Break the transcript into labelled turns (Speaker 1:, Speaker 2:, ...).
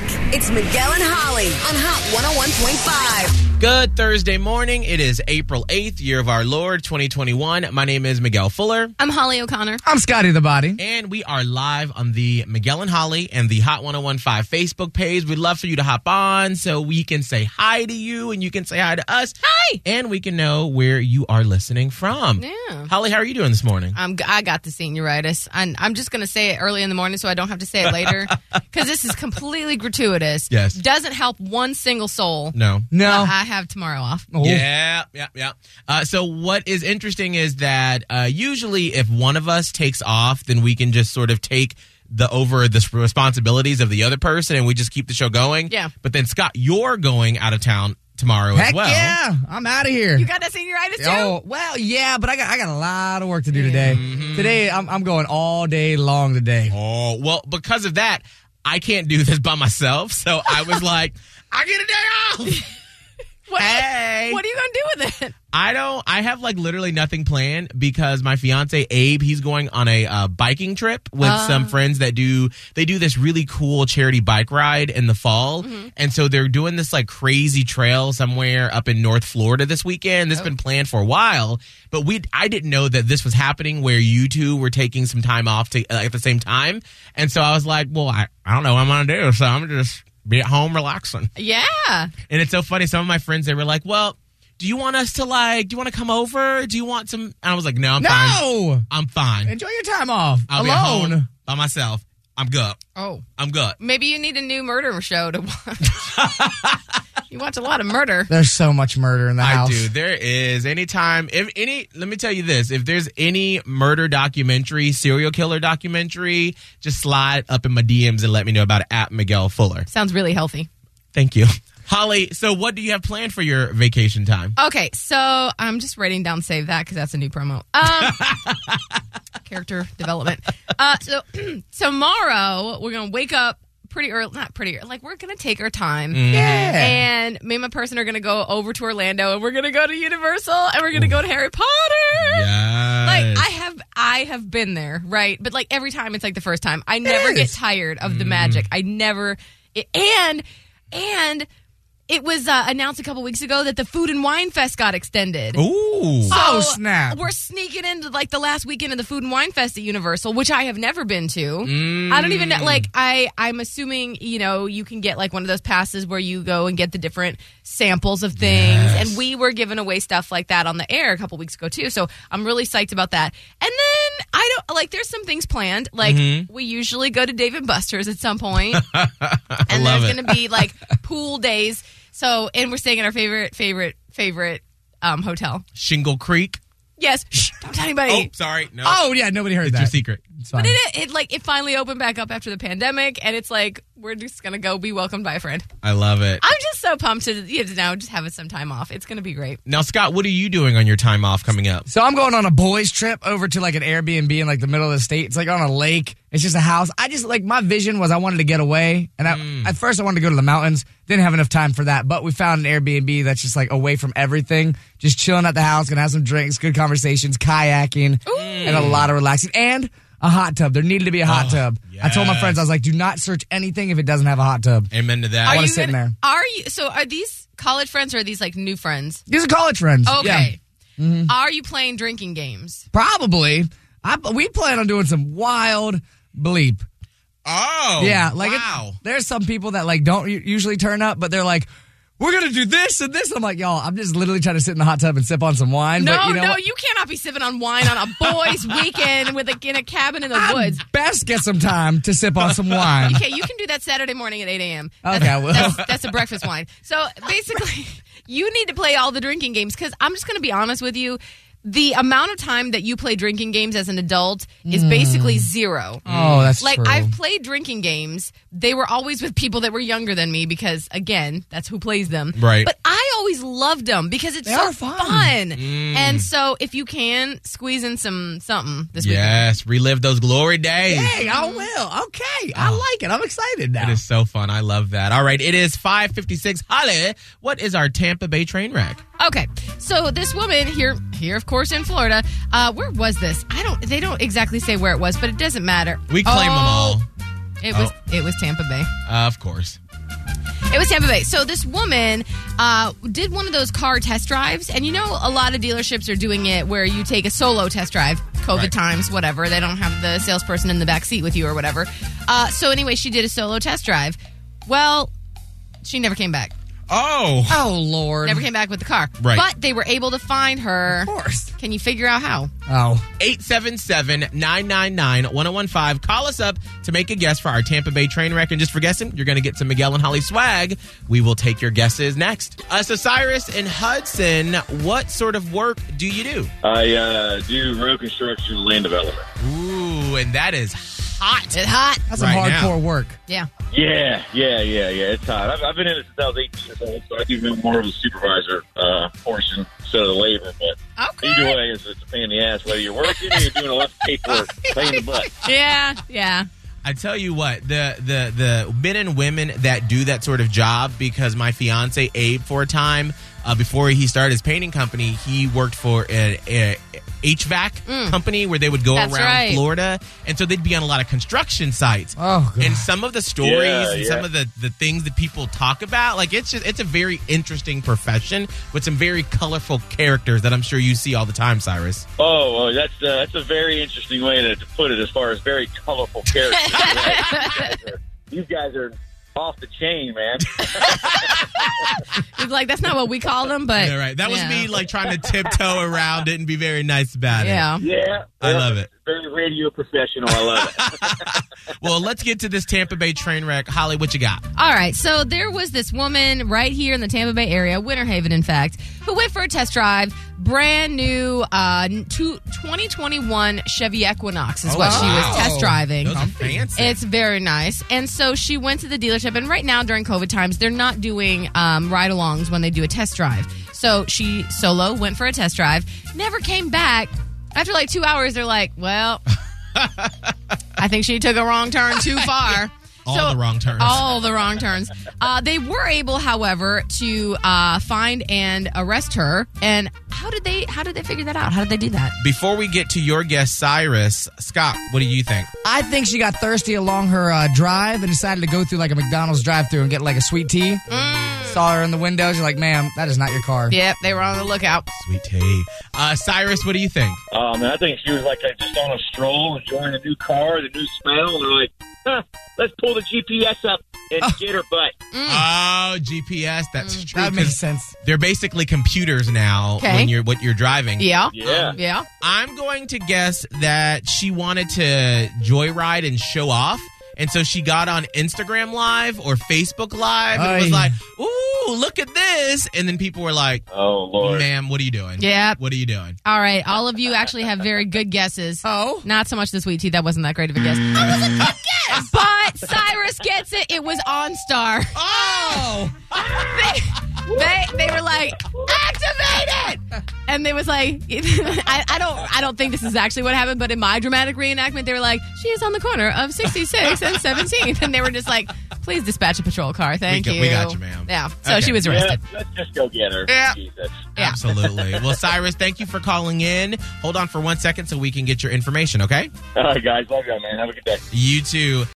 Speaker 1: It's Miguel and Holly on oh Hot 101.5.
Speaker 2: Good Thursday morning. It is April 8th, year of our Lord 2021. My name is Miguel Fuller,
Speaker 3: I'm Holly O'Connor.
Speaker 4: I'm Scotty the Body.
Speaker 2: and we are live on the Miguel and Holly and the Hot 1015 Facebook page. We'd love for you to hop on so we can say hi to you and you can say hi to us.
Speaker 3: Hi.
Speaker 2: And we can know where you are listening from.
Speaker 3: Yeah.
Speaker 2: Holly, how are you doing this morning?
Speaker 3: I'm, I got the senioritis. I'm, I'm just going to say it early in the morning so I don't have to say it later because this is completely gratuitous.
Speaker 2: Yes.
Speaker 3: Doesn't help one single soul.
Speaker 2: No.
Speaker 4: No.
Speaker 3: But I have tomorrow off.
Speaker 4: Oh.
Speaker 2: Uh-huh. Yeah, yeah, yeah. Uh, so what is interesting is that uh, usually if one of us takes off, then we can just sort of take the over the s- responsibilities of the other person, and we just keep the show going.
Speaker 3: Yeah.
Speaker 2: But then Scott, you're going out of town tomorrow as
Speaker 4: Heck
Speaker 2: well.
Speaker 4: yeah. I'm out of here.
Speaker 3: You got that senioritis too?
Speaker 4: Oh, well, yeah, but I got I got a lot of work to do today. Today I'm I'm going all day long today.
Speaker 2: Mm-hmm. Oh well, because of that, I can't do this by myself. So I was like, I get a day off.
Speaker 3: What,
Speaker 2: Hey.
Speaker 3: what are you going to do with it?
Speaker 2: I don't. I have like literally nothing planned because my fiance Abe, he's going on a uh, biking trip with some friends that do. They do this really cool charity bike ride in the fall, and so they're doing this like crazy trail somewhere up in North Florida this weekend. This has been planned for a while, but we I didn't know that this was happening where you two were taking some time off to, like, at the same time, and so I was like, well, I, I don't know what I'm gonna do, so I'm gonna just be at home relaxing.
Speaker 3: Yeah.
Speaker 2: And it's so funny. Some of my friends they were like, "Well, do you want us to like? Do you want to come over? Do you want some?" And I was like, "No, I'm fine.
Speaker 4: No.
Speaker 2: I'm fine.
Speaker 4: Enjoy your time off.
Speaker 2: I'll be at
Speaker 4: Alone.
Speaker 2: home by myself. I'm good.
Speaker 3: Oh.
Speaker 2: I'm good."
Speaker 3: Maybe you need a new murder show to watch. you watch a lot of murder.
Speaker 4: There's so much murder in the
Speaker 2: I
Speaker 4: house.
Speaker 2: do. There is anytime if any. Let me tell you this: if there's any murder documentary, serial killer documentary, just slide up in my DMs and let me know about it at Miguel Fuller.
Speaker 3: Sounds really healthy.
Speaker 2: Thank you, Holly. So, what do you have planned for your vacation time?
Speaker 3: Okay, so I'm just writing down save that because that's a new promo. Um, character development. Uh, so tomorrow we're gonna wake up pretty early, not pretty early. Like we're gonna take our time,
Speaker 4: Yeah.
Speaker 3: and me and my person are gonna go over to Orlando, and we're gonna go to Universal, and we're gonna go to Harry Potter.
Speaker 2: Yes.
Speaker 3: Like I have, I have been there, right? But like every time, it's like the first time. I never get
Speaker 4: is.
Speaker 3: tired of the magic. I never, it, and and it was uh, announced a couple weeks ago that the Food and Wine Fest got extended.
Speaker 2: Ooh.
Speaker 4: Oh,
Speaker 3: So,
Speaker 4: snap.
Speaker 3: We're sneaking into like the last weekend of the Food and Wine Fest at Universal, which I have never been to. I don't even
Speaker 2: Mm.
Speaker 3: know. Like I, I'm assuming you know you can get like one of those passes where you go and get the different samples of things.
Speaker 2: Yes.
Speaker 3: And we were giving away stuff like that on the air a couple weeks ago too. So I'm really psyched about that. And then I don't like. There's some things planned. Like
Speaker 2: Mm-hmm.
Speaker 3: we usually go to Dave and Buster's at some point and
Speaker 2: love
Speaker 3: there's
Speaker 2: it.
Speaker 3: going to be like pool days. So, and we're staying at our favorite, favorite, favorite um, hotel.
Speaker 2: Shingle Creek.
Speaker 3: Yes, shh, don't tell
Speaker 2: Oh,
Speaker 3: anybody.
Speaker 2: sorry. No.
Speaker 4: Oh yeah, nobody heard
Speaker 2: it's
Speaker 4: that.
Speaker 2: your secret.
Speaker 4: It's fine.
Speaker 3: But it, it like it finally opened back up after the pandemic, and it's like we're just gonna go be welcomed by a friend.
Speaker 2: I love it.
Speaker 3: I'm just so pumped to you know, now just having some time off. It's gonna be great.
Speaker 2: Now, Scott, what are you doing on your time off coming up?
Speaker 4: So I'm going on a boys trip over to like an Airbnb in like the middle of the state. It's like on a lake. It's just a house. I just like my vision was I wanted to get away, and I, at first I wanted to go to the mountains. Didn't have enough time for that, but we found an Airbnb that's just like away from everything, just chilling at the house, gonna have some drinks, good conversations, kayaking, and a lot of relaxing and a hot tub. There needed to be a hot
Speaker 2: Oh,
Speaker 4: tub. I told my
Speaker 2: yes.
Speaker 4: friends I was like, do not search anything if it doesn't have a hot tub.
Speaker 2: Amen to that.
Speaker 3: Are you
Speaker 4: wanna sit in there.
Speaker 3: Are you? So are these college friends or are these like new friends?
Speaker 4: These are college friends. Yeah. Mm-hmm.
Speaker 3: Okay. Are you playing drinking games?
Speaker 4: probably. I, we plan on doing some wild bleep.
Speaker 2: oh,
Speaker 4: Yeah, like it's-
Speaker 2: wow.
Speaker 4: there's some people that like don't u- usually turn up, but they're like, "We're gonna do this and this." I'm like, "Y'all, I'm just literally trying to sit in the hot tub and sip on some wine."
Speaker 3: No,
Speaker 4: but you know
Speaker 3: no,
Speaker 4: what?
Speaker 3: you cannot be sipping on wine on a boys' weekend with a, in a cabin in the
Speaker 4: I
Speaker 3: woods.
Speaker 4: best get some time to sip on some wine.
Speaker 3: Okay, you can do that Saturday morning at 8 a.m. That's,
Speaker 4: Okay, I will.
Speaker 3: That's, that's a breakfast wine. So basically, you need to play all the drinking games because I'm just going to be honest with you. The amount of time that you play drinking games as an adult is basically zero.
Speaker 4: Mm.
Speaker 3: Mm.
Speaker 4: Oh, that's
Speaker 3: like,
Speaker 4: true.
Speaker 3: I've played drinking games. They were always with people that were younger than me because, again, that's who plays them.
Speaker 2: Right.
Speaker 3: But I always loved them because it's
Speaker 4: They
Speaker 3: so
Speaker 4: are fun. Mm.
Speaker 3: And so, if you can squeeze in some something this weekend,
Speaker 2: Yes, relive those glory days.
Speaker 4: Hey, I
Speaker 3: Mm-hmm.
Speaker 4: will. Okay, I like it. I'm excited now.
Speaker 2: It is so fun. I love that. All right, it is 556. Holly, what is our Tampa Bay train wreck?
Speaker 3: Okay, so this woman here, here of course in Florida. Uh, where was this? I don't. They don't exactly say where it was, but it doesn't matter.
Speaker 2: We claim
Speaker 3: Oh,
Speaker 2: them all,
Speaker 3: It was. It was Tampa Bay.
Speaker 2: Uh, of course.
Speaker 3: It was Tampa Bay. So this woman uh, did one of those car test drives, and you know, a lot of dealerships are doing it where you take a solo test drive. COVID
Speaker 2: Right.
Speaker 3: times, whatever. They don't have the salesperson in the back seat with you or whatever. Uh, so anyway, she did a solo test drive. Well, she never came back.
Speaker 2: Oh.
Speaker 4: Oh Lord.
Speaker 3: Never came back with the car.
Speaker 2: Right.
Speaker 3: But they were able to find her.
Speaker 4: Of course.
Speaker 3: Can you figure out how?
Speaker 4: Oh.
Speaker 2: 877-999-1015. Call us up to make a guess for our Tampa Bay train wreck. And just for guessing, you're going to get some Miguel and Holly swag. We will take your guesses next. Uh, so Cyrus and Hudson, what sort of work do you do?
Speaker 5: I uh, do road construction and land development.
Speaker 2: Ooh, and that is hot.
Speaker 3: It's hot.
Speaker 4: That's
Speaker 2: Right
Speaker 4: some hardcore
Speaker 2: now.
Speaker 4: work.
Speaker 3: Yeah.
Speaker 5: Yeah, yeah, yeah, yeah. It's hot. I've, I've been in it since I was 18 years old, so I do more of a supervisor uh, portion instead of the labor. But either
Speaker 3: Okay.
Speaker 5: way, it's, it's a pain in the ass whether you're working or you're doing a lot of paperwork. Pain in the butt.
Speaker 3: Yeah. Yeah.
Speaker 2: I tell you what, the the the men and women that do that sort of job, because my fiance Abe for a time uh, before he started his painting company, he worked for an a HVAC company where they would go
Speaker 3: Mm. That's
Speaker 2: around
Speaker 3: right.
Speaker 2: Florida, and so they'd be on a lot of construction sites.
Speaker 4: Oh God.
Speaker 2: And some of the stories
Speaker 5: Yeah,
Speaker 2: and
Speaker 5: yeah.
Speaker 2: some of the, the things that people talk about, like it's just it's a very interesting profession with some very colorful characters that I'm sure you see all the time, Cyrus.
Speaker 5: Oh, oh that's uh, that's a very interesting way to, to put it. As far as very colorful characters, Right. you, guys are, you guys are off the chain, man.
Speaker 3: It's like that's not what we call them, but
Speaker 2: yeah, right. That was
Speaker 3: yeah.
Speaker 2: me like trying to tiptoe around it and be very nice about it.
Speaker 3: Yeah.
Speaker 5: Yeah,
Speaker 2: I love it.
Speaker 5: Very radio professional. I love it.
Speaker 2: Well, let's get to this Tampa Bay train wreck. Holly, what you got?
Speaker 3: All right. So there was this woman right here in the Tampa Bay area, Winter Haven, in fact, who went for a test drive. Brand new uh, two, 2021 Chevy Equinox is
Speaker 2: Oh,
Speaker 3: what she
Speaker 2: wow.
Speaker 3: was test driving.
Speaker 2: Those are fancy.
Speaker 3: It's very nice. And so she went to the dealership. And right now, during COVID times, they're not doing um, ride alongs when they do a test drive. So she solo went for a test drive, never came back. After like two hours, they're like, well, I think she took a wrong turn too far.
Speaker 2: All the wrong turns.
Speaker 3: All the wrong turns. Uh, they were able, however, to uh, find and arrest her. And how did they? How did they figure that out? How did they do that?
Speaker 2: Before we get to your guest, Cyrus, Scott, what do you think?
Speaker 4: I think she got thirsty along her uh, drive and decided to go through like a McDonald's drive-through and get like a sweet tea.
Speaker 3: Mm.
Speaker 4: Saw her in the windows. You're like, ma'am, that is not your car.
Speaker 3: Yep, they were on the lookout.
Speaker 2: Sweet tea. Uh, Cyrus, what do you think?
Speaker 5: Um, and I think she was like uh, just on a stroll, enjoying the new car, the new smell. And they're like, huh, let's pull the GPS up and get her butt.
Speaker 3: Mm.
Speaker 2: Oh, GPS. That's true.
Speaker 4: That
Speaker 2: 'cause
Speaker 4: makes sense.
Speaker 2: They're basically computers now
Speaker 3: Okay.
Speaker 2: when you're what you're driving.
Speaker 3: Yeah.
Speaker 5: Yeah.
Speaker 3: Yeah.
Speaker 2: I'm going to guess that she wanted to joyride and show off. And so she got on Instagram Live or Facebook Live and was
Speaker 4: Aye.
Speaker 2: like, ooh, look at this. And then people were like,
Speaker 5: Oh Lord.
Speaker 2: ma'am, what are you doing?
Speaker 3: Yep.
Speaker 2: What are you doing?
Speaker 3: All right, all of you actually have very good guesses.
Speaker 4: Oh.
Speaker 3: Not so much the sweet tea. That wasn't that great of a guess. That was a good guess. But Cyrus gets it. It was OnStar.
Speaker 2: Oh!
Speaker 3: They, they, they were like, activate it! And they was like, I, I don't I don't think this is actually what happened, but in my dramatic reenactment, they were like, she is on the corner of 66 and 17th. And they were just like, please dispatch a patrol car. Thank
Speaker 2: got-
Speaker 3: you.
Speaker 2: we got you, ma'am.
Speaker 3: Yeah. So
Speaker 2: Okay.
Speaker 3: she was
Speaker 5: Yeah,
Speaker 3: arrested.
Speaker 5: let's just go get her.
Speaker 3: Yeah.
Speaker 5: Jesus.
Speaker 3: Yeah.
Speaker 2: Absolutely. well, Cyrus, thank you for calling in. Hold on for one second so we can get your information, okay?
Speaker 5: All right, guys. Love y'all, man. Have a good day.
Speaker 2: You too.